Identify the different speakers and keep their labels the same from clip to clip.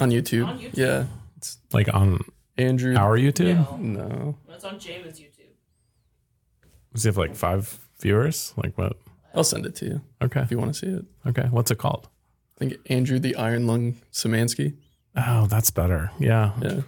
Speaker 1: on YouTube.
Speaker 2: On YouTube?
Speaker 1: Yeah, it's
Speaker 3: Like on
Speaker 1: Andrew.
Speaker 3: our YouTube?
Speaker 2: No.
Speaker 1: No,
Speaker 2: That's on Jamin's YouTube.
Speaker 3: Does he have like five viewers? Like what?
Speaker 1: I'll send it to you
Speaker 3: Okay.
Speaker 1: if you want to see it.
Speaker 3: Okay. What's it called?
Speaker 1: I think Andrew the Iron Lung Samansky.
Speaker 3: Oh, that's better. Yeah.
Speaker 1: Yeah.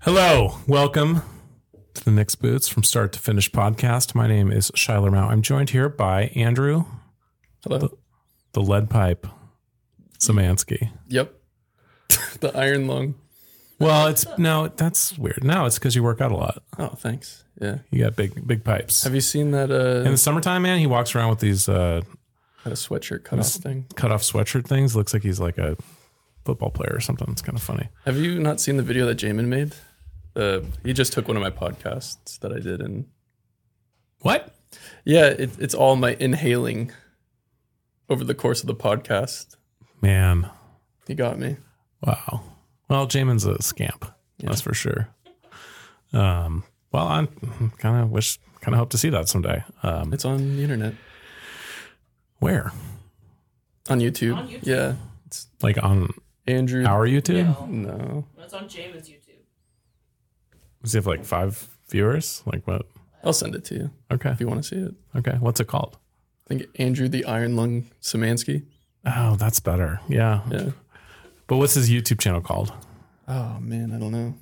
Speaker 3: Hello. Welcome to the Knicks Boots from Start to Finish podcast. My name is Shiler Mao. I'm joined here by Andrew,
Speaker 1: Hello.
Speaker 3: the lead pipe, Samansky.
Speaker 1: Yep. the Iron Lung.
Speaker 3: Well, it's no, that's weird. No, it's because you work out a lot.
Speaker 1: Oh, thanks. Yeah.
Speaker 3: You got big, big pipes.
Speaker 1: Have you seen that uh
Speaker 3: In the summertime, man, he walks around with these uh,
Speaker 1: that sweatshirt cutoff thing?
Speaker 3: cut off sweatshirt things. Looks like he's like a football player or something. It's kind of funny.
Speaker 1: Have you not seen the video that Jamin made? Uh, he just took one of my podcasts that I did, and
Speaker 3: What?
Speaker 1: yeah, it, it's all my inhaling over the course of the podcast.
Speaker 3: Man.
Speaker 1: He got me.
Speaker 3: Wow. Well, Jamin's a scamp. That's for sure. Um, well, I kind of wish, kind of hope to see that someday. Um,
Speaker 1: It's on the internet,
Speaker 3: where?
Speaker 1: on YouTube.
Speaker 2: On YouTube?
Speaker 1: Yeah,
Speaker 3: Like on
Speaker 1: Andrew.
Speaker 3: our YouTube?
Speaker 2: No.
Speaker 1: no,
Speaker 2: That's on Jamin's YouTube.
Speaker 3: Does he have like five viewers? Like what?
Speaker 1: I'll send it to you
Speaker 3: Okay.
Speaker 1: if you want to see it.
Speaker 3: Okay. What's it called?
Speaker 1: I think Andrew the Iron Lung Samansky.
Speaker 3: Oh, that's better. Yeah.
Speaker 1: Yeah.
Speaker 3: But what's his YouTube channel called?
Speaker 1: Oh man, I don't know.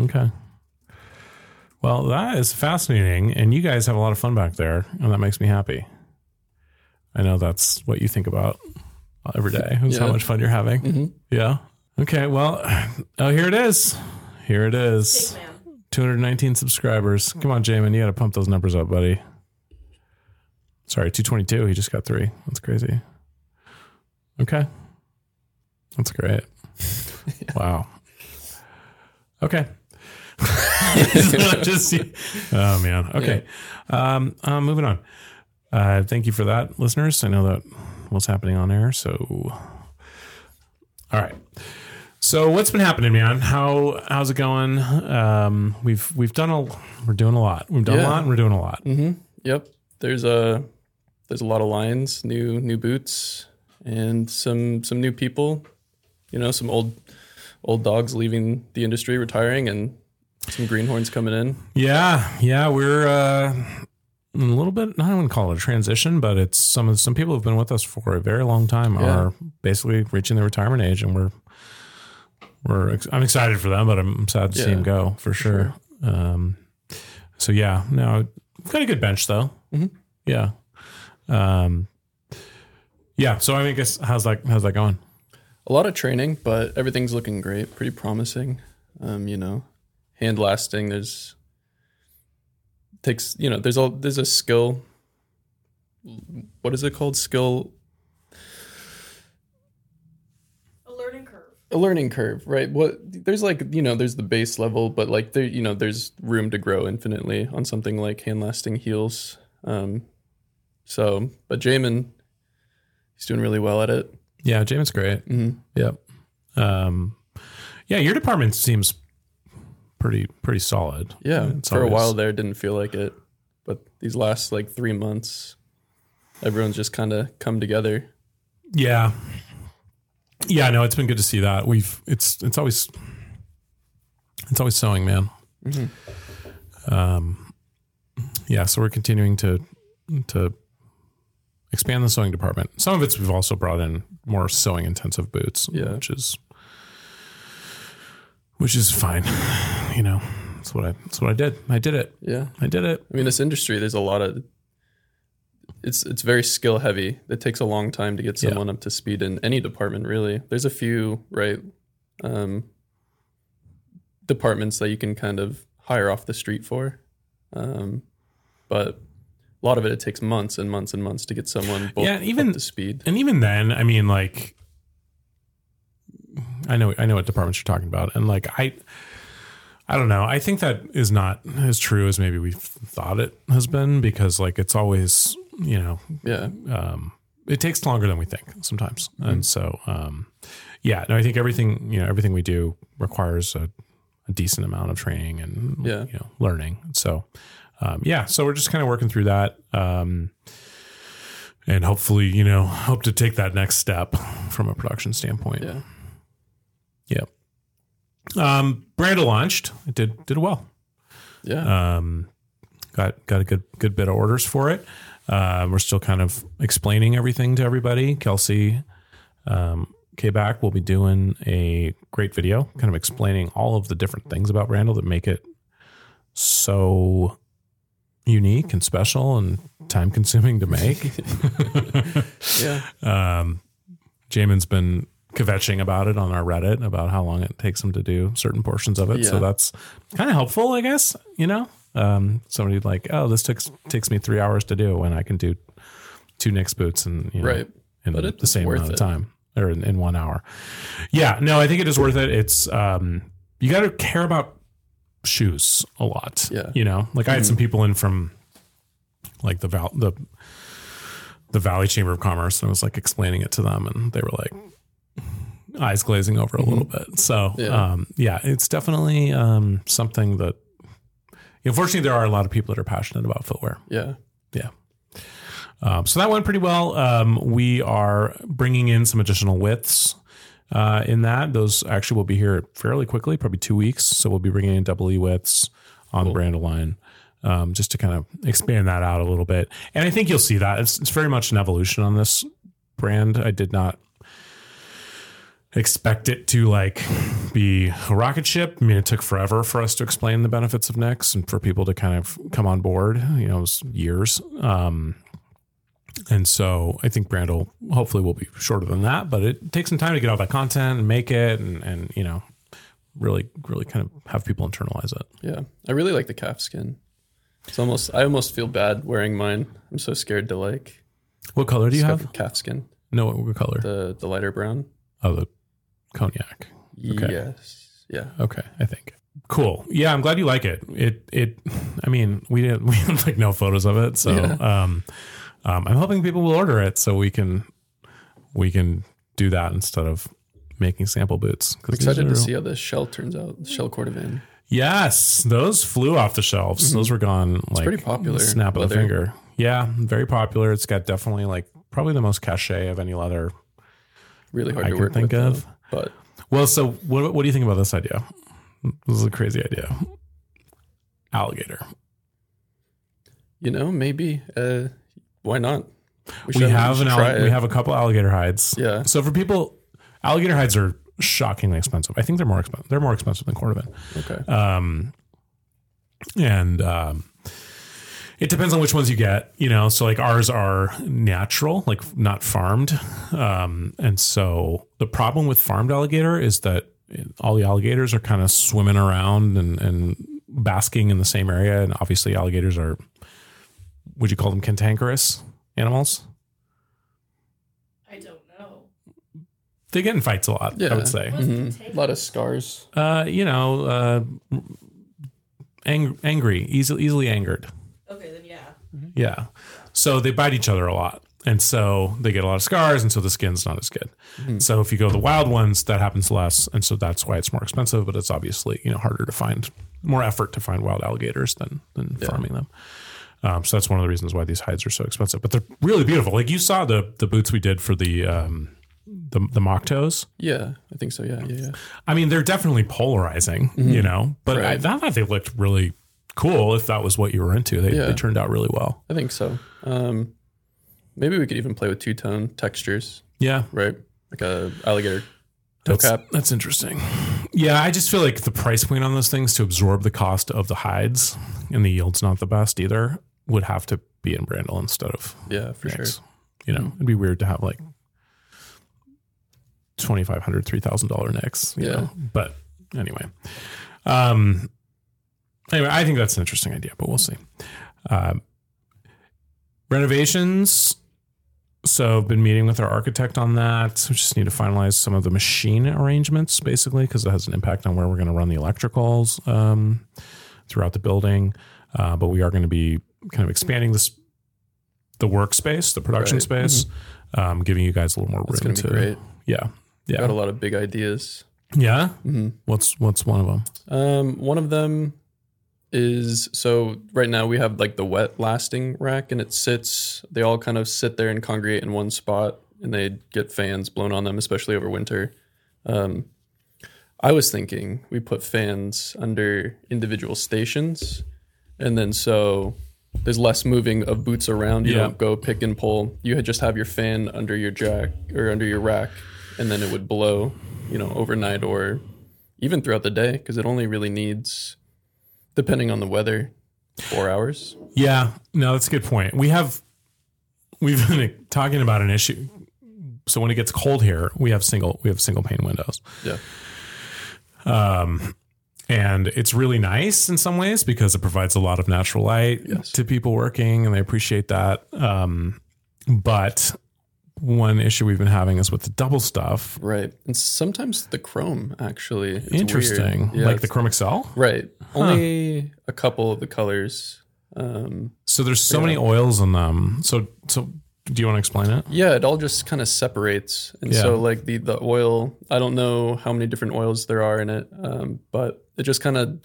Speaker 3: Okay. Well, that is fascinating. And you guys have a lot of fun back there. And that makes me happy. I know that's what you think about every day is how
Speaker 1: Yeah.
Speaker 3: much fun you're having.
Speaker 1: Mhm.
Speaker 3: Yeah. Okay. Well, oh, here it is. Here it
Speaker 2: Big
Speaker 3: is.
Speaker 2: man.
Speaker 3: 219 subscribers. Come on, Jamin. You got to pump those numbers up, buddy. Sorry, 222. He just got three. That's crazy. Okay. That's great. Wow. Okay. just, oh, man. Okay. Um, uh, moving on. Uh, thank you for that, listeners. I know that what's happening on air. So, all right. So what's been happening, man? How how's it going? Um, we've we've done a we're doing a lot. We've done a
Speaker 1: Yeah.
Speaker 3: lot. and We're doing a lot.
Speaker 1: hmm Yep. There's a there's a lot of lions, new new boots, and some some new people. You know, some old old dogs leaving the industry, retiring, and some greenhorns coming in.
Speaker 3: Yeah, yeah. We're uh, a little bit. I wouldn't call it a transition, but it's some of some people who've been with us for a very long time
Speaker 1: Yeah.
Speaker 3: are basically reaching their retirement age, and we're we're ex- I'm excited for them, but I'm sad to see
Speaker 1: Yeah,
Speaker 3: them go for sure. Um, so yeah, no, we've got a good bench though.
Speaker 1: Mhm.
Speaker 3: Yeah, um, yeah. So I mean, I guess how's that how's that going?
Speaker 1: A lot of training, but everything's looking great, pretty promising. Um, you know, hand lasting. There's takes you know there's all there's a skill. What is it called? Skill
Speaker 2: A learning curve.
Speaker 1: a learning curve, right? What there's like you know there's the base level, but like there you know there's room to grow infinitely on something like hand lasting heels. Um, so, but Jamin, he's doing really well at it.
Speaker 3: Yeah, Jamin's great.
Speaker 1: Mhm.
Speaker 3: Yep. Um, yeah, your department seems pretty pretty solid.
Speaker 1: Yeah,
Speaker 3: It's
Speaker 1: for
Speaker 3: always-
Speaker 1: a while there, didn't feel like it, but these last like three months, everyone's just kind of come together.
Speaker 3: Yeah. Yeah, no, it's been good to see that. We've it's it's always it's always sewing, man. Um, yeah, so we're continuing to to expand the sewing department. Some of it's we've also brought in more sewing intensive boots,
Speaker 1: Yeah.
Speaker 3: which is which is fine. You know, that's what I that's what I did. I did it.
Speaker 1: Yeah,
Speaker 3: I did it.
Speaker 1: I mean this industry, there's a lot of it's it's very skill heavy. It takes a long time to get
Speaker 3: Yeah.
Speaker 1: someone up to speed in any department, really. There's a few right um, departments that you can kind of hire off the street for, um, but a lot of it it takes months and months and months to get someone both yeah,
Speaker 3: Yeah, even-
Speaker 1: even up to speed.
Speaker 3: And even then, I mean, like, I know, I know what departments you're talking about, and like, I, I don't know. I think that is not as true as maybe we thought it has been because, like, it's always, you know,
Speaker 1: Yeah,
Speaker 3: um, it takes longer than we think sometimes,
Speaker 1: Mm-hmm.
Speaker 3: and so um, yeah. No, I think everything you know everything we do requires a, a decent amount of training and
Speaker 1: Yeah.
Speaker 3: you know learning. So um, yeah, so we're just kind of working through that. Um, and hopefully, you know, hope to take that next step from a production standpoint.
Speaker 1: Yeah.
Speaker 3: Yep. Um, Brando launched. It did did well.
Speaker 1: Yeah.
Speaker 3: Um, got got a good good bit of orders for it. Uh, we're still kind of explaining everything to everybody. Kelsey um, K back will be doing a great video, kind of explaining all of the different things about Randall that make it so unique and special and time consuming to make.
Speaker 1: yeah.
Speaker 3: Um, Jamin's been kvetching about it on our Reddit about how long it takes him to do certain portions of it. So
Speaker 1: Yeah.
Speaker 3: that's kind of helpful, I guess. You know, um, somebody like, oh, this takes takes me three hours to do when I can do two Knicks boots and you know,
Speaker 1: Right.
Speaker 3: in
Speaker 1: But
Speaker 3: the
Speaker 1: it's
Speaker 3: same
Speaker 1: worth
Speaker 3: amount of
Speaker 1: it.
Speaker 3: time or in, in one hour. Yeah, no, I think it is worth it. It's um, you got to care about shoes a lot.
Speaker 1: Yeah. Mm-hmm.
Speaker 3: you know, like I had some people in from like the val the the Valley Chamber of Commerce, and I was like explaining it to them, and they were like eyes glazing over a little bit. So
Speaker 1: Mm-hmm. Yeah.
Speaker 3: um, yeah, it's definitely um, something that. Unfortunately, there are a lot of people that are passionate about footwear.
Speaker 1: Yeah.
Speaker 3: Um, so that went pretty well. Um, we are bringing in some additional widths uh, in that. Those actually will be here fairly quickly, probably two weeks. So we'll be bringing in double E widths on the brand line um, just to kind of expand that out a little bit. And I think you'll see that. It's, it's very much an evolution on this brand. I did not expect it to like be a rocket ship. I mean, it took forever for us to explain the benefits of Nex and for people to kind of come on board. You know, it was years. Um, and so I think Brandel hopefully will be shorter than that, but it takes some time to get all that content and make it and, and you know, really, really kind of have people internalize it.
Speaker 1: Yeah. I really like the calf skin. It's almost I almost feel bad wearing mine. I'm so scared to like
Speaker 3: What color do you
Speaker 1: stuff
Speaker 3: have?
Speaker 1: with calf skin.
Speaker 3: No, what color?
Speaker 1: The the lighter brown.
Speaker 3: oh, the cognac. Okay.
Speaker 1: Yes. Yeah.
Speaker 3: Okay, I think. Cool. Yeah, I'm glad you like it. It it I mean, we didn't we have like no photos of it, so
Speaker 1: Yeah.
Speaker 3: um um I'm hoping people will order it so we can we can do that instead of making sample boots.
Speaker 1: I'm excited to see how the shell turns out. The shell cordovan.
Speaker 3: Yes, those flew off the shelves. Those were gone like
Speaker 1: Mm-hmm. pretty popular
Speaker 3: Snap of the
Speaker 1: leather.
Speaker 3: finger. Yeah, very popular. It's got definitely like probably the most cachet of any leather.
Speaker 1: Really hard
Speaker 3: I
Speaker 1: to
Speaker 3: can
Speaker 1: work
Speaker 3: think
Speaker 1: with,
Speaker 3: of.
Speaker 1: though. But
Speaker 3: Well, so what, what do you think about this idea? This is a crazy idea. Alligator.
Speaker 1: you know, maybe uh, why not?
Speaker 3: we
Speaker 1: should-
Speaker 3: have
Speaker 1: should
Speaker 3: an
Speaker 1: try
Speaker 3: alli-
Speaker 1: it.
Speaker 3: we have a couple alligator hides.
Speaker 1: Yeah.
Speaker 3: So for people, alligator hides are shockingly expensive. I think they're more expensive. They're more expensive than cordovan.
Speaker 1: Okay.
Speaker 3: Um, and um, it depends on which ones you get, you know. So like ours are natural, like not farmed. Um, and so the problem with farmed alligator is that all the alligators are kind of swimming around and, and basking in the same area. And obviously, alligators are would you call them cantankerous animals?
Speaker 2: I don't know.
Speaker 3: They get in fights a lot, I
Speaker 1: Yeah.
Speaker 3: would say.
Speaker 2: What's
Speaker 1: Mhm.
Speaker 2: the
Speaker 1: A lot of scars.
Speaker 3: Uh, you know, uh, ang- angry, easily easily angered.
Speaker 2: Okay, then yeah.
Speaker 3: Yeah. So they bite each other a lot. And so they get a lot of scars, and so the skin's not as good.
Speaker 1: Hmm.
Speaker 3: So if you go the wild ones, that happens less, and so that's why it's more expensive. But it's obviously you know harder to find, more effort to find wild alligators than than farming them. Um, so that's one of the reasons why these hides are so expensive. But they're really beautiful. Like you saw the the boots we did for the um, the the mock toes.
Speaker 1: Yeah, I think so. Yeah, yeah, yeah.
Speaker 3: I mean, they're definitely polarizing, you know. But I, I
Speaker 1: Mm-hmm. Right.
Speaker 3: thought they looked really cool. If that was what you were into, they,
Speaker 1: Yeah.
Speaker 3: they turned out really well.
Speaker 1: I think so. Um, maybe we could even play with two tone textures,
Speaker 3: Yeah,
Speaker 1: right? Like a alligator toe
Speaker 3: That's,
Speaker 1: cap.
Speaker 3: that's interesting. Yeah, I just feel like the price point on those things to absorb the cost of the hides and the yield's not the best either would have to be in Brandel instead of
Speaker 1: Yeah, for
Speaker 3: Nex.
Speaker 1: sure.
Speaker 3: You know, it'd be weird to have like $2,500, $3,000 nicks. You
Speaker 1: Yeah.
Speaker 3: Know? But anyway. Um, anyway, I think that's an interesting idea, but we'll see. Um, renovations. So I've been meeting with our architect on that. We just need to finalize some of the machine arrangements, basically, because it has an impact on where we're going to run the electricals um, throughout the building. Uh, but we are going to be kind of expanding this the workspace, the production
Speaker 1: Right. Mm-hmm.
Speaker 3: space, um, giving you guys a little more
Speaker 1: That's
Speaker 3: room
Speaker 1: gonna be
Speaker 3: to.
Speaker 1: great.
Speaker 3: Yeah, yeah,
Speaker 1: Got a lot of big ideas.
Speaker 3: yeah.
Speaker 1: Mm-hmm.
Speaker 3: What's what's one of them?
Speaker 1: Um, one of them is so right now we have like the wet lasting rack, and it sits. They all kind of sit there and congregate in one spot, and they get fans blown on them, especially over winter. Um, I was thinking we put fans under individual stations, and then so there's less moving of boots around. You
Speaker 3: Yeah.
Speaker 1: don't go pick and pull. You had just have your fan under your jack or under your rack, and then it would blow, you know, overnight or even throughout the day because it only really needs, depending on the weather, four hours.
Speaker 3: Yeah, no, that's a good point. We have we've been talking about an issue. So when it gets cold here, we have single we have single pane windows.
Speaker 1: Yeah.
Speaker 3: Um, and it's really nice in some ways because it provides a lot of natural light
Speaker 1: Yes.
Speaker 3: to people working, and they appreciate that. Um, but one issue we've been having is with the double stuff.
Speaker 1: Right. And sometimes the chrome actually. It's weird.
Speaker 3: Interesting,
Speaker 1: Yeah,
Speaker 3: like the
Speaker 1: it's-
Speaker 3: Chrome Excel.
Speaker 1: Right. Only a couple of the colors. Um,
Speaker 3: So there's so
Speaker 1: Yeah.
Speaker 3: many oils in them. So so do you want to explain it?
Speaker 1: yeah, it all just kind of separates. And
Speaker 3: Yeah.
Speaker 1: so, like, the, the oil, I don't know how many different oils there are in it, um, but it just kind of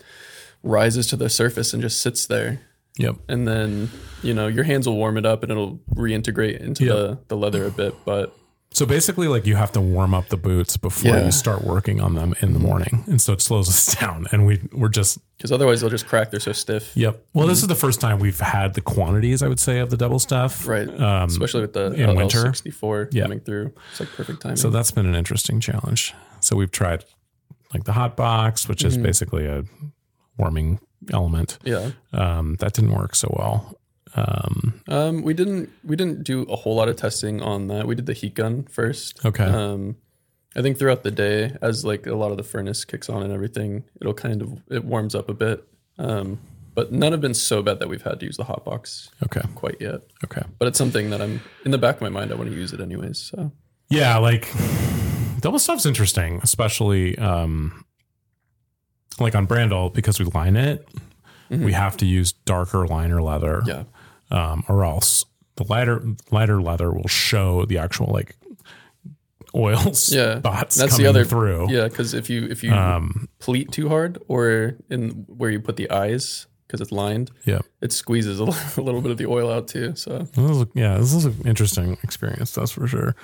Speaker 1: rises to the surface and just sits there.
Speaker 3: Yep.
Speaker 1: and then you know your hands will warm it up and it'll reintegrate into
Speaker 3: Yeah.
Speaker 1: the, the leather a bit but
Speaker 3: So basically, like you have to warm up the boots before
Speaker 1: Yeah.
Speaker 3: you start working on them in the morning, and so it slows us down. And we we're just
Speaker 1: because otherwise they'll just crack they're so stiff
Speaker 3: yep. Well, this is the first time we've had the quantities I would say of the double stuff,
Speaker 1: right
Speaker 3: Um,
Speaker 1: especially with the
Speaker 3: in winter.
Speaker 1: l64
Speaker 3: Yeah.
Speaker 1: coming through it's like perfect timing
Speaker 3: So that's been an interesting challenge. So we've tried like the hot box, which is
Speaker 1: Mhm.
Speaker 3: basically a warming element.
Speaker 1: yeah
Speaker 3: Um, that didn't work so well. Um,
Speaker 1: um, we didn't we didn't do a whole lot of testing on that we did the heat gun first
Speaker 3: okay.
Speaker 1: um, i think throughout the day as like a lot of the furnace kicks on and everything it'll kind of it warms up a bit um, but none have been so bad that we've had to use the hot box
Speaker 3: okay.
Speaker 1: quite yet
Speaker 3: Okay.
Speaker 1: but it's something that i'm in the back of my mind i want to use it anyways so
Speaker 3: yeah like double stuff's interesting especially um like on brandle because we line it we have to use darker liner leather
Speaker 1: Mm-hmm. yeah
Speaker 3: um or else the lighter lighter leather will show the actual like oils
Speaker 1: Yeah.
Speaker 3: spots
Speaker 1: That's the
Speaker 3: coming
Speaker 1: other-
Speaker 3: through
Speaker 1: Yeah, because if you if you
Speaker 3: Oh. um
Speaker 1: pleat too hard, or in where you put the eyes, because it's lined,
Speaker 3: yeah
Speaker 1: it squeezes a li- a little bit of the oil out too. So
Speaker 3: This is- yeah, this is an interesting experience, that's for sure.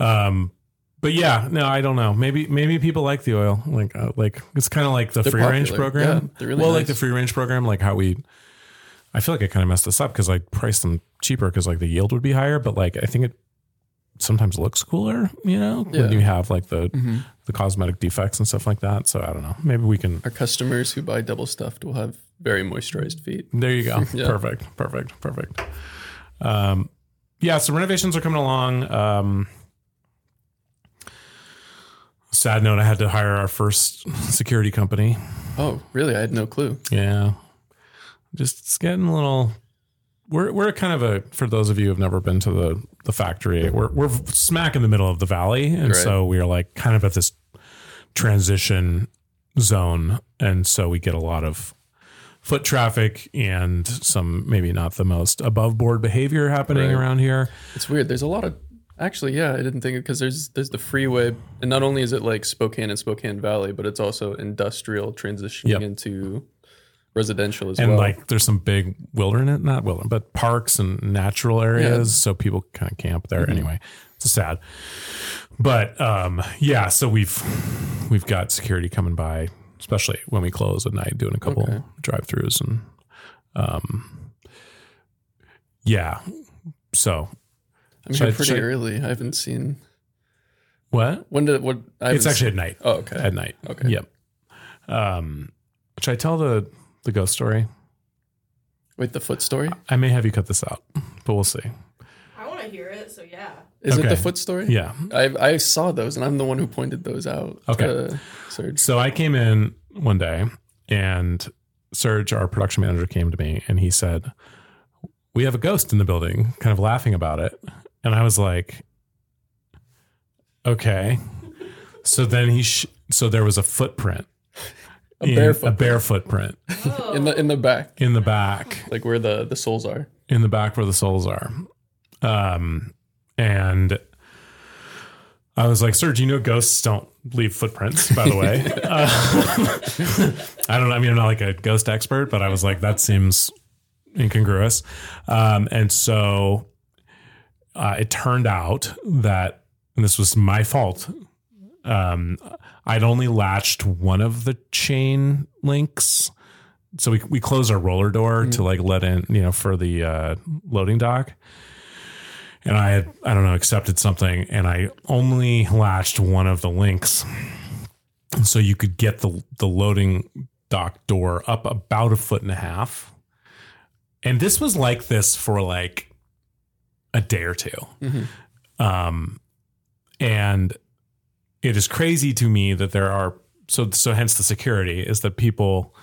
Speaker 3: Um, but yeah, no, I don't know. Maybe maybe people like the oil, like uh, like it's kind of like the
Speaker 1: They're
Speaker 3: free range
Speaker 1: popular.
Speaker 3: program.
Speaker 1: Yeah, they're really
Speaker 3: well, like
Speaker 1: nice.
Speaker 3: the free range program, like how we. I feel like I kind of messed this up because I priced them cheaper because like the yield would be higher, but like I think it sometimes looks cooler, you know,
Speaker 1: Yeah.
Speaker 3: when you have like the the cosmetic defects and stuff like that. So I don't know. Maybe we can.
Speaker 1: our customers who buy double stuffed will have very moisturized feet.
Speaker 3: There you go.
Speaker 1: Yeah.
Speaker 3: Perfect. Perfect. Perfect. Um, yeah. So renovations are coming along. Um, sad note. I had to hire our first security company.
Speaker 1: Oh, really? I had no clue.
Speaker 3: Yeah. Just it's getting a little. We're we're kind of a for those of you who've never been to the the factory. We're we're smack in the middle of the valley, and
Speaker 1: Right.
Speaker 3: so we are like kind of at this transition zone, and so we get a lot of foot traffic and some maybe not the most above board behavior happening
Speaker 1: Right.
Speaker 3: around here.
Speaker 1: It's weird. There's a lot of actually, yeah, I didn't think because there's there's the freeway, and not only is it like Spokane and Spokane Valley, but it's also industrial transitioning
Speaker 3: Yep.
Speaker 1: into residential as
Speaker 3: and
Speaker 1: well.
Speaker 3: like there's some big wilderness not wilderness but parks and natural areas so people kind of camp
Speaker 1: Mm-hmm.
Speaker 3: there anyway it's sad but um yeah so we've we've got security coming by especially when we close at night doing a couple
Speaker 1: Okay.
Speaker 3: drive-throughs and um yeah so
Speaker 1: I'm
Speaker 3: should
Speaker 1: here
Speaker 3: I-
Speaker 1: pretty
Speaker 3: should I-
Speaker 1: early. I haven't seen
Speaker 3: what
Speaker 1: when did what I
Speaker 3: it's
Speaker 1: haven't
Speaker 3: actually at night
Speaker 1: seen- oh okay
Speaker 3: at night
Speaker 1: okay
Speaker 3: yep um should i tell the the ghost story
Speaker 1: wait the foot story.
Speaker 3: i may have you cut this out but we'll see
Speaker 2: I want to hear it, so yeah.
Speaker 1: Is it
Speaker 3: Okay.
Speaker 1: the foot story?
Speaker 3: yeah
Speaker 1: I I saw those, and I'm the one who pointed those out.
Speaker 3: Okay.
Speaker 1: uh, Serge.
Speaker 3: So I came in one day and Serge, our production manager, came to me and he said, We have a ghost in the building, kind of laughing about it. And I was like, Okay. So then he, sh- so there was a footprint,
Speaker 1: A
Speaker 3: in-
Speaker 1: bare
Speaker 3: a
Speaker 1: foot
Speaker 3: bare footprint
Speaker 2: Oh.
Speaker 1: in the in the back,
Speaker 3: in the back,
Speaker 1: like where the the soles are.
Speaker 3: in the back where the soles are. Um, and I was like, sir, do you know ghosts don't leave footprints, by the way? uh, I don't know. I mean, I'm not like a ghost expert, but I was like, that seems incongruous. Um, and so uh, it turned out that, and this was my fault, um, I'd only latched one of the chain links. So we, we close our roller door to like let in, you know, for the uh, loading dock. And I had, I don't know, accepted something and I only latched one of the links. So you could get the, the loading dock door up about a foot and a half. And this was like this for like a day or 2
Speaker 1: Mhm.
Speaker 3: Um, and it is crazy to me that there are so so hence the security is that people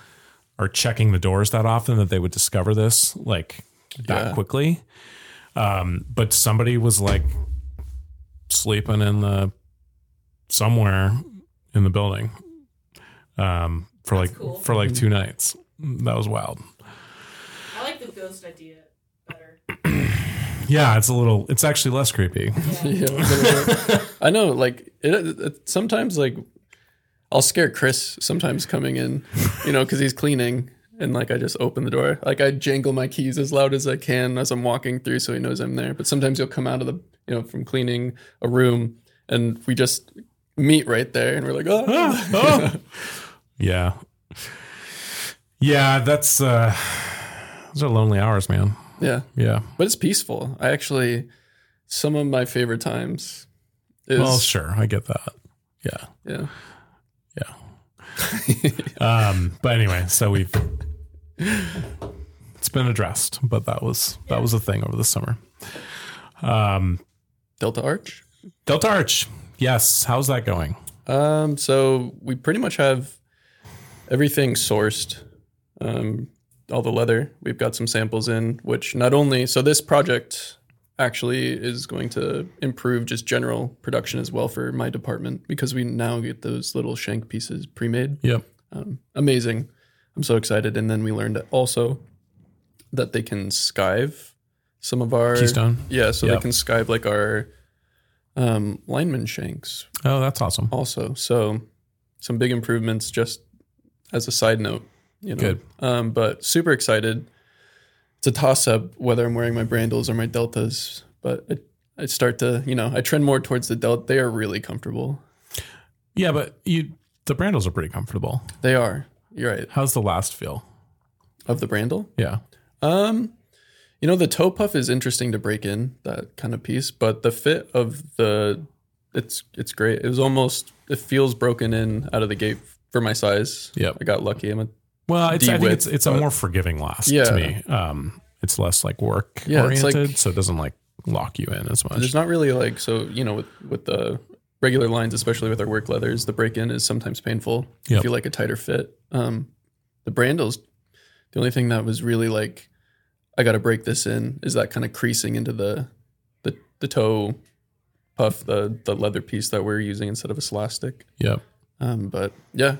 Speaker 3: are checking the doors that often that they would discover this like that
Speaker 1: Yeah.
Speaker 3: quickly um but somebody was like sleeping in the somewhere in the building um for
Speaker 2: That's
Speaker 3: like
Speaker 2: cool.
Speaker 3: for like two nights that was wild
Speaker 2: I like the ghost idea better.
Speaker 3: yeah it's a little it's actually less creepy
Speaker 2: Yeah.
Speaker 1: Yeah, literally. I know. Like it, it- sometimes, like I'll scare Chris sometimes coming in, you know, because he's cleaning, and like I just open the door, like I jangle my keys as loud as I can as I'm walking through, so he knows I'm there. But sometimes he'll come out of the, you know, from cleaning a room, and we just meet right there, and we're like, oh,
Speaker 3: yeah yeah that's uh those are lonely hours man
Speaker 1: yeah.
Speaker 3: yeah
Speaker 1: But it's peaceful. I actually, some of my favorite times is
Speaker 3: well sure i get that yeah
Speaker 1: yeah.
Speaker 3: um but anyway so we've it's been addressed but that was that was a thing over the summer um
Speaker 1: Delta Arch.
Speaker 3: delta arch yes how's that going
Speaker 1: Um, so we pretty much have everything sourced. Um, all the leather. We've got some samples in, which not only so this project actually is going to improve just general production as well for my department because we now get those little shank pieces pre-made.
Speaker 3: yep
Speaker 1: Um, amazing. I'm so excited. And then we learned also that they can skive some of our
Speaker 3: keystone
Speaker 1: Yeah, so
Speaker 3: Yeah.
Speaker 1: they can skive like our um, lineman shanks,
Speaker 3: oh that's awesome
Speaker 1: also. So some big improvements just as a side note, you know.
Speaker 3: Good.
Speaker 1: Um, but super excited. It's a toss up whether I'm wearing my Brandles or my Deltas, but I, I start to, you know, I trend more towards the Delta. They are really comfortable.
Speaker 3: yeah but you the brandles are pretty comfortable
Speaker 1: They are. You're right.
Speaker 3: how's the last feel
Speaker 1: Of the Brandle.
Speaker 3: yeah
Speaker 1: Um, you know, the toe puff is interesting to break in that kind of piece, but the fit of the it's it's great. It was almost it feels broken in out of the gate for my size.
Speaker 3: Yep.
Speaker 1: I got lucky. I'm a
Speaker 3: Well, it's, I think
Speaker 1: D-width,
Speaker 3: it's it's a
Speaker 1: but-
Speaker 3: more forgiving last
Speaker 1: Yeah.
Speaker 3: to me. Um, it's less like work
Speaker 1: Yeah, it's
Speaker 3: oriented,
Speaker 1: like-
Speaker 3: so it doesn't like lock you in as much.
Speaker 1: There's not really like so you know with with the regular lines, especially with our work leathers, the break in is sometimes painful
Speaker 3: Yep.
Speaker 1: if you like a tighter fit. Um, the Brandles, the only thing that was really like I got to break this in is that kind of creasing into the the the toe puff, the the leather piece that we're using instead of a elastic.
Speaker 3: Yep.
Speaker 1: Um, but yeah,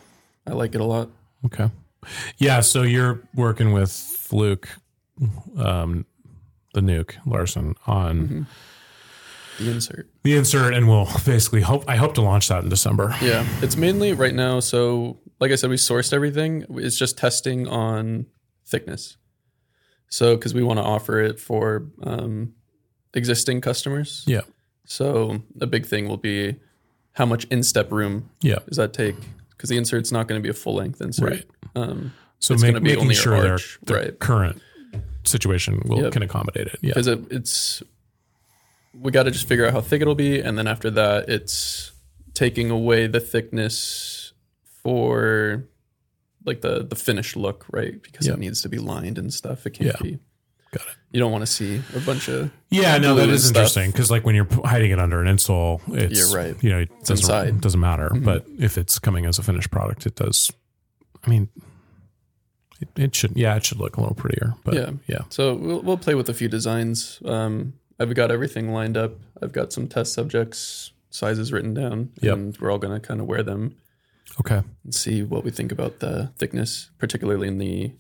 Speaker 1: I like it a lot.
Speaker 3: Okay. Yeah. So you're working with Luke, um, the nuke Larson on
Speaker 1: Mm-hmm. The insert.
Speaker 3: the insert, and we'll basically hope. I hope to launch that in December.
Speaker 1: Yeah, it's mainly right now. So, like I said, we sourced everything. It's just testing on thickness. So, because we want to offer it for um, existing customers.
Speaker 3: Yeah.
Speaker 1: So, a big thing will be how much instep room
Speaker 3: Yeah.
Speaker 1: does that take? Because the insert's not going to be a full length insert.
Speaker 3: Right.
Speaker 1: Um,
Speaker 3: So
Speaker 1: It's
Speaker 3: make,
Speaker 1: gonna be
Speaker 3: making
Speaker 1: only your
Speaker 3: sure their,
Speaker 1: arch,
Speaker 3: their
Speaker 1: right.
Speaker 3: current situation will
Speaker 1: Yep.
Speaker 3: can accommodate it. Yeah.
Speaker 1: because it, it's we got to just figure out how thick it'll be and then after that it's taking away the thickness for like the the finished look right because
Speaker 3: Yeah.
Speaker 1: it needs to be lined and stuff it can't
Speaker 3: Yeah.
Speaker 1: be
Speaker 3: Got it.
Speaker 1: you don't want to see a bunch of
Speaker 3: Yeah, no, that
Speaker 1: glue
Speaker 3: is
Speaker 1: and stuff.
Speaker 3: interesting because like when you're p- hiding it under an insole, it's
Speaker 1: You're right.
Speaker 3: You know, it doesn't
Speaker 1: inside. Mm-hmm.
Speaker 3: doesn't matter. But if it's coming as a finished product, it does. I mean, it, it should. Yeah, it should look a little prettier. But yeah,
Speaker 1: Yeah. so we'll, we'll play with a few designs um i've got everything lined up i've got some test subjects sizes written down
Speaker 3: Yep.
Speaker 1: and we're all going to kind of wear them
Speaker 3: Okay.
Speaker 1: and see what we think about the thickness particularly in the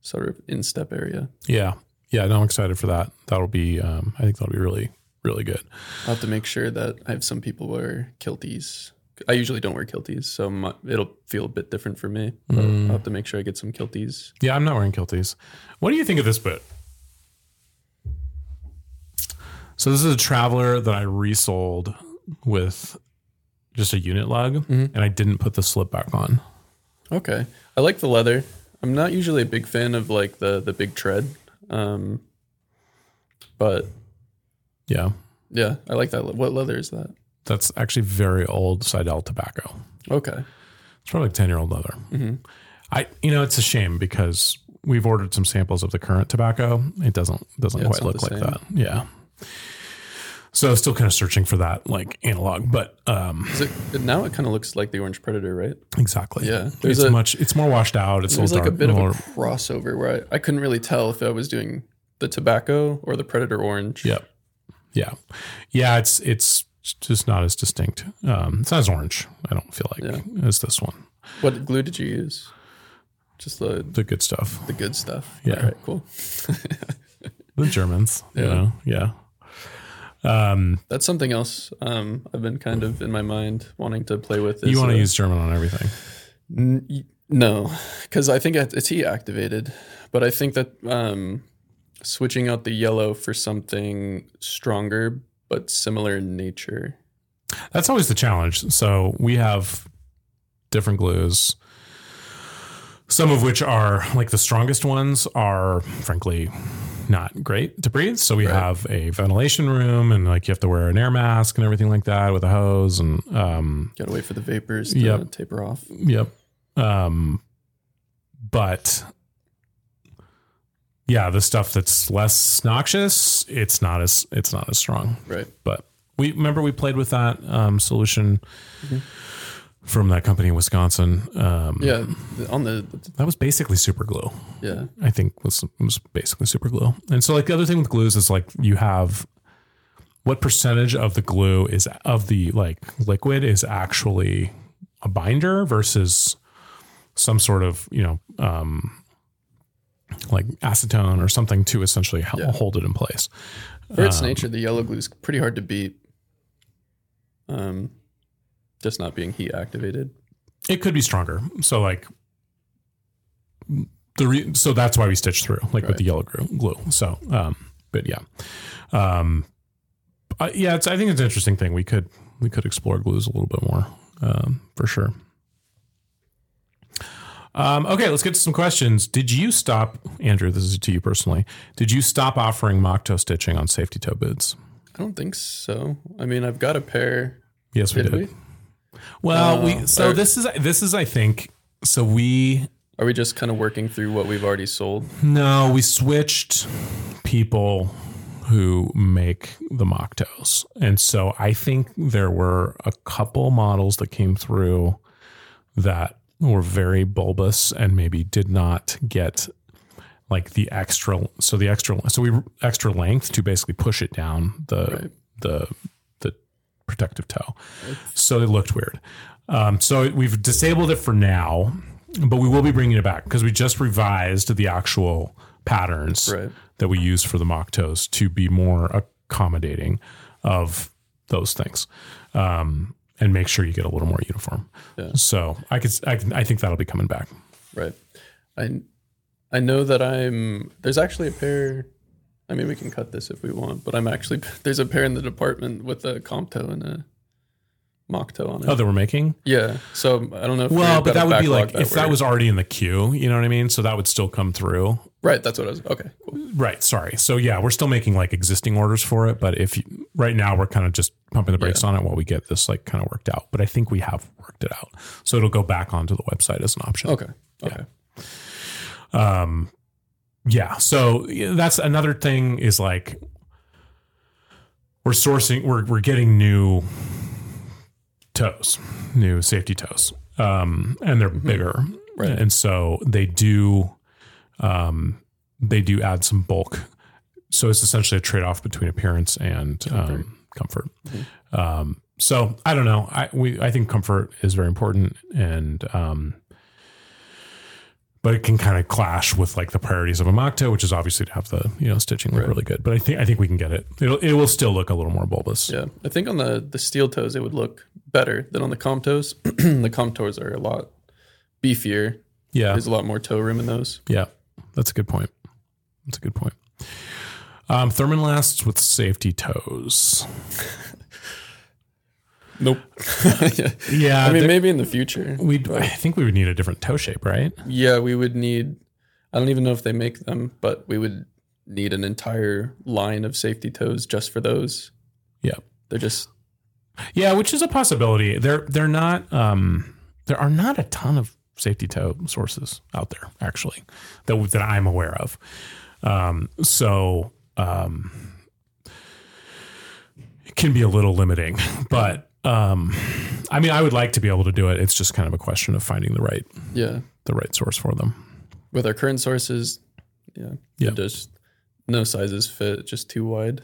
Speaker 1: sort of instep area
Speaker 3: Yeah. yeah, no, I'm excited for that. That'll be, um, I think that'll be really, really good.
Speaker 1: I'll have to make sure that I have some people wear kilties. I usually don't wear kilties, so my, it'll feel a bit different for me. But
Speaker 3: Mm.
Speaker 1: I'll have to make sure I get some kilties.
Speaker 3: Yeah, I'm not wearing kilties. What do you think of this boot? So this is a traveler that I resold with just a unit lug,
Speaker 1: Mm-hmm.
Speaker 3: and I didn't put the slip back on.
Speaker 1: Okay, I like the leather. I'm not usually a big fan of like the the big tread, um, but
Speaker 3: Yeah,
Speaker 1: yeah, I like that. le- What leather is that?
Speaker 3: that's actually very old Seidel tobacco.
Speaker 1: Okay,
Speaker 3: It's probably like ten year old leather.
Speaker 1: Mm-hmm.
Speaker 3: I, you know, it's a shame because we've ordered some samples of the current tobacco. It doesn't doesn't
Speaker 1: Yeah, it's
Speaker 3: quite
Speaker 1: not
Speaker 3: look
Speaker 1: the
Speaker 3: like
Speaker 1: same.
Speaker 3: that. Yeah. So still kind of searching for that like analog, but um,
Speaker 1: is it now? It kind of looks like the Orange Predator, right?
Speaker 3: exactly.
Speaker 1: Yeah.
Speaker 3: it's
Speaker 1: There's a-
Speaker 3: much. It's more washed out. It's a
Speaker 1: It was
Speaker 3: little
Speaker 1: like a
Speaker 3: dark.
Speaker 1: bit of
Speaker 3: more,
Speaker 1: a crossover where I, I couldn't really tell if I was doing the tobacco or the Predator Orange.
Speaker 3: Yep. Yeah. Yeah. It's it's just not as distinct. Um, it's not as orange. I don't feel like as this one.
Speaker 1: What glue did you use? Just the
Speaker 3: The good stuff.
Speaker 1: the good stuff.
Speaker 3: Yeah.
Speaker 1: All right, cool.
Speaker 3: The Germans. You
Speaker 1: Yeah.
Speaker 3: know. Yeah. Um,
Speaker 1: That's something else um, I've been kind of in my mind wanting to play with. Is
Speaker 3: you want
Speaker 1: uh,
Speaker 3: to use German on everything.
Speaker 1: N- y- no, because I think it- it's he activated, but I think that um, switching out the yellow for something stronger but similar in nature.
Speaker 3: That's always the challenge. So we have different glues. Some of which are like the strongest ones are frankly not great to breathe. So we
Speaker 1: Right.
Speaker 3: have a ventilation room and like you have to wear an air mask and everything like that with a hose and um
Speaker 1: Gotta wait for the vapors to
Speaker 3: Yep.
Speaker 1: taper off.
Speaker 3: Yep. Um, but yeah, the stuff that's less noxious, it's not as it's not as strong.
Speaker 1: Right.
Speaker 3: But we remember we played with that um, solution from that company in Wisconsin. Um,
Speaker 1: Yeah. th- On the
Speaker 3: that was basically super glue.
Speaker 1: yeah.
Speaker 3: I think was was basically super glue. And so like the other thing with glues is like you have what percentage of the glue is of the like liquid is actually a binder versus some sort of you know um like acetone or something to essentially h-
Speaker 1: Yeah.
Speaker 3: hold it in place.
Speaker 1: For its
Speaker 3: Uh.
Speaker 1: nature, the yellow glue is pretty hard to beat. Um, just not being heat activated.
Speaker 3: It could be stronger. So like the re- so that's why we stitched through like with
Speaker 1: Right.
Speaker 3: the yellow glue. glue. So um but yeah. Um uh, yeah, it's I think it's an interesting thing. We could we could explore glues a little bit more. Um for sure. Um, okay, let's get to some questions. Did you stop, Andrew? This is to you personally. Did you stop offering mock toe stitching on safety toe boots?
Speaker 1: I don't think so. I mean, I've got a pair.
Speaker 3: Yes, we
Speaker 1: Did
Speaker 3: did.
Speaker 1: we?
Speaker 3: Well, we
Speaker 1: Uh,
Speaker 3: so
Speaker 1: or-
Speaker 3: this is this is I think so we
Speaker 1: Are we just kind of working through what we've already sold?
Speaker 3: No, we switched people who make the mock toes. And so I think there were a couple models that came through that were very bulbous and maybe did not get like the extra so the extra so we extra length to basically push it down the
Speaker 1: Right.
Speaker 3: the the protective toe. So it looked weird. Um, so we've disabled it for now, but we will be bringing it back because we just revised the actual patterns
Speaker 1: Right.
Speaker 3: that we use for the mock toes to be more accommodating of those things um, and make sure you get a little more uniform.
Speaker 1: Yeah.
Speaker 3: So I could, I, can, I think that'll be coming back.
Speaker 1: Right. I I know that I'm there's actually a pair I mean we can cut this if we want, but I'm actually there's a pair in the department with a comp toe and a mock toe on it.
Speaker 3: Oh, that we're making?
Speaker 1: yeah. So I don't know if
Speaker 3: Well,
Speaker 1: we've got
Speaker 3: but that
Speaker 1: a
Speaker 3: would be
Speaker 1: backlog
Speaker 3: like if that
Speaker 1: we're-
Speaker 3: was already in the queue, you know what I mean? So that would still come through.
Speaker 1: right, that's what I was okay. Cool.
Speaker 3: Right. Sorry. So yeah, we're still making like existing orders for it, but if you, right now we're kind of just pumping the brakes on it while we get this like kind of worked out. But I think we have worked it out, so it'll go back onto the website as an option.
Speaker 1: Okay. Okay.
Speaker 3: Um, yeah. So yeah, that's another thing is like we're sourcing, we're we're getting new toes, new safety toes, um, and they're bigger,
Speaker 1: Mm-hmm. Right.
Speaker 3: and so they do, um, they do add some bulk. So it's essentially a trade off between appearance and um, comfort.
Speaker 1: Mm-hmm.
Speaker 3: Um, so I don't know. I we I think comfort is very important, and um, but it can kind of clash with like the priorities of a Mocto, which is obviously to have the you know stitching look
Speaker 1: Right.
Speaker 3: really good. But I think I think we can get it. It'll it will still look a little more bulbous.
Speaker 1: Yeah, I think on the the steel toes it would look better than on the Comptos. the Comptos are a lot beefier.
Speaker 3: yeah,
Speaker 1: There's a lot more toe room in those.
Speaker 3: yeah. That's a good point. That's a good point. Um, Thurman lasts with safety toes.
Speaker 1: Nope. yeah.
Speaker 3: Yeah,
Speaker 1: I mean, maybe in the future.
Speaker 3: we I think we would need a different toe shape, right?
Speaker 1: Yeah, we would need. I don't even know if they make them, but we would need an entire line of safety toes just for those.
Speaker 3: Yeah.
Speaker 1: They're just
Speaker 3: Yeah, which is a possibility. They're they're not um there are not a ton of safety toe sources out there actually that that I'm aware of. Um so um it can be a little limiting, but um I mean I would like to be able to do it. It's just kind of a question of finding the right
Speaker 1: yeah.
Speaker 3: the right source for them.
Speaker 1: With our current sources, yeah,
Speaker 3: Yeah.
Speaker 1: Just no sizes fit, just too wide.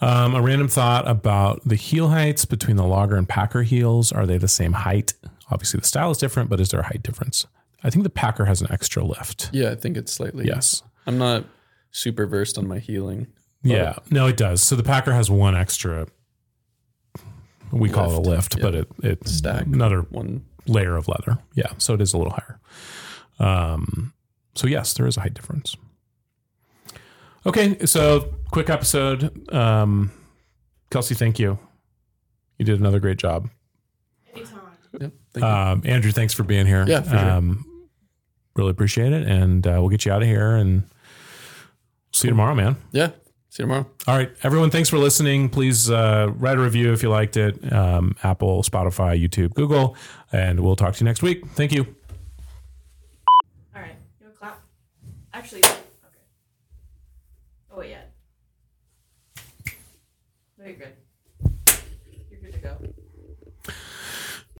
Speaker 3: Um, a random thought about the heel heights between the logger and packer heels. Are they the same height? Obviously, the style is different, but is there a height difference? I think the packer has an extra lift.
Speaker 1: Yeah, I think it's slightly.
Speaker 3: Yes.
Speaker 1: I'm not super versed on my healing.
Speaker 3: Yeah. No, it does. So the packer has one extra. We call it a lift,
Speaker 1: Lift, yeah.
Speaker 3: but it, it's
Speaker 1: Stack.
Speaker 3: another
Speaker 1: One
Speaker 3: layer of leather. Yeah. So it is a little higher. Um, so, yes, there is a height difference. Okay. So, quick episode. Um, Kelsey, thank you. You did another great job.
Speaker 2: Anytime.
Speaker 1: Yep. Thank you.
Speaker 3: Um, Andrew, thanks for being here.
Speaker 1: Yeah, for sure.
Speaker 3: Um, really appreciate it. And uh, we'll get you out of here and see you tomorrow, man.
Speaker 1: Yeah. See you tomorrow.
Speaker 3: All right, everyone, thanks for listening. Please uh, write a review if you liked it. Um, Apple, Spotify, YouTube, Google. And we'll talk to you next week. Thank you.
Speaker 2: All right. You want to clap? Actually, okay. Oh, wait, yeah. No, you're good. You're good to go.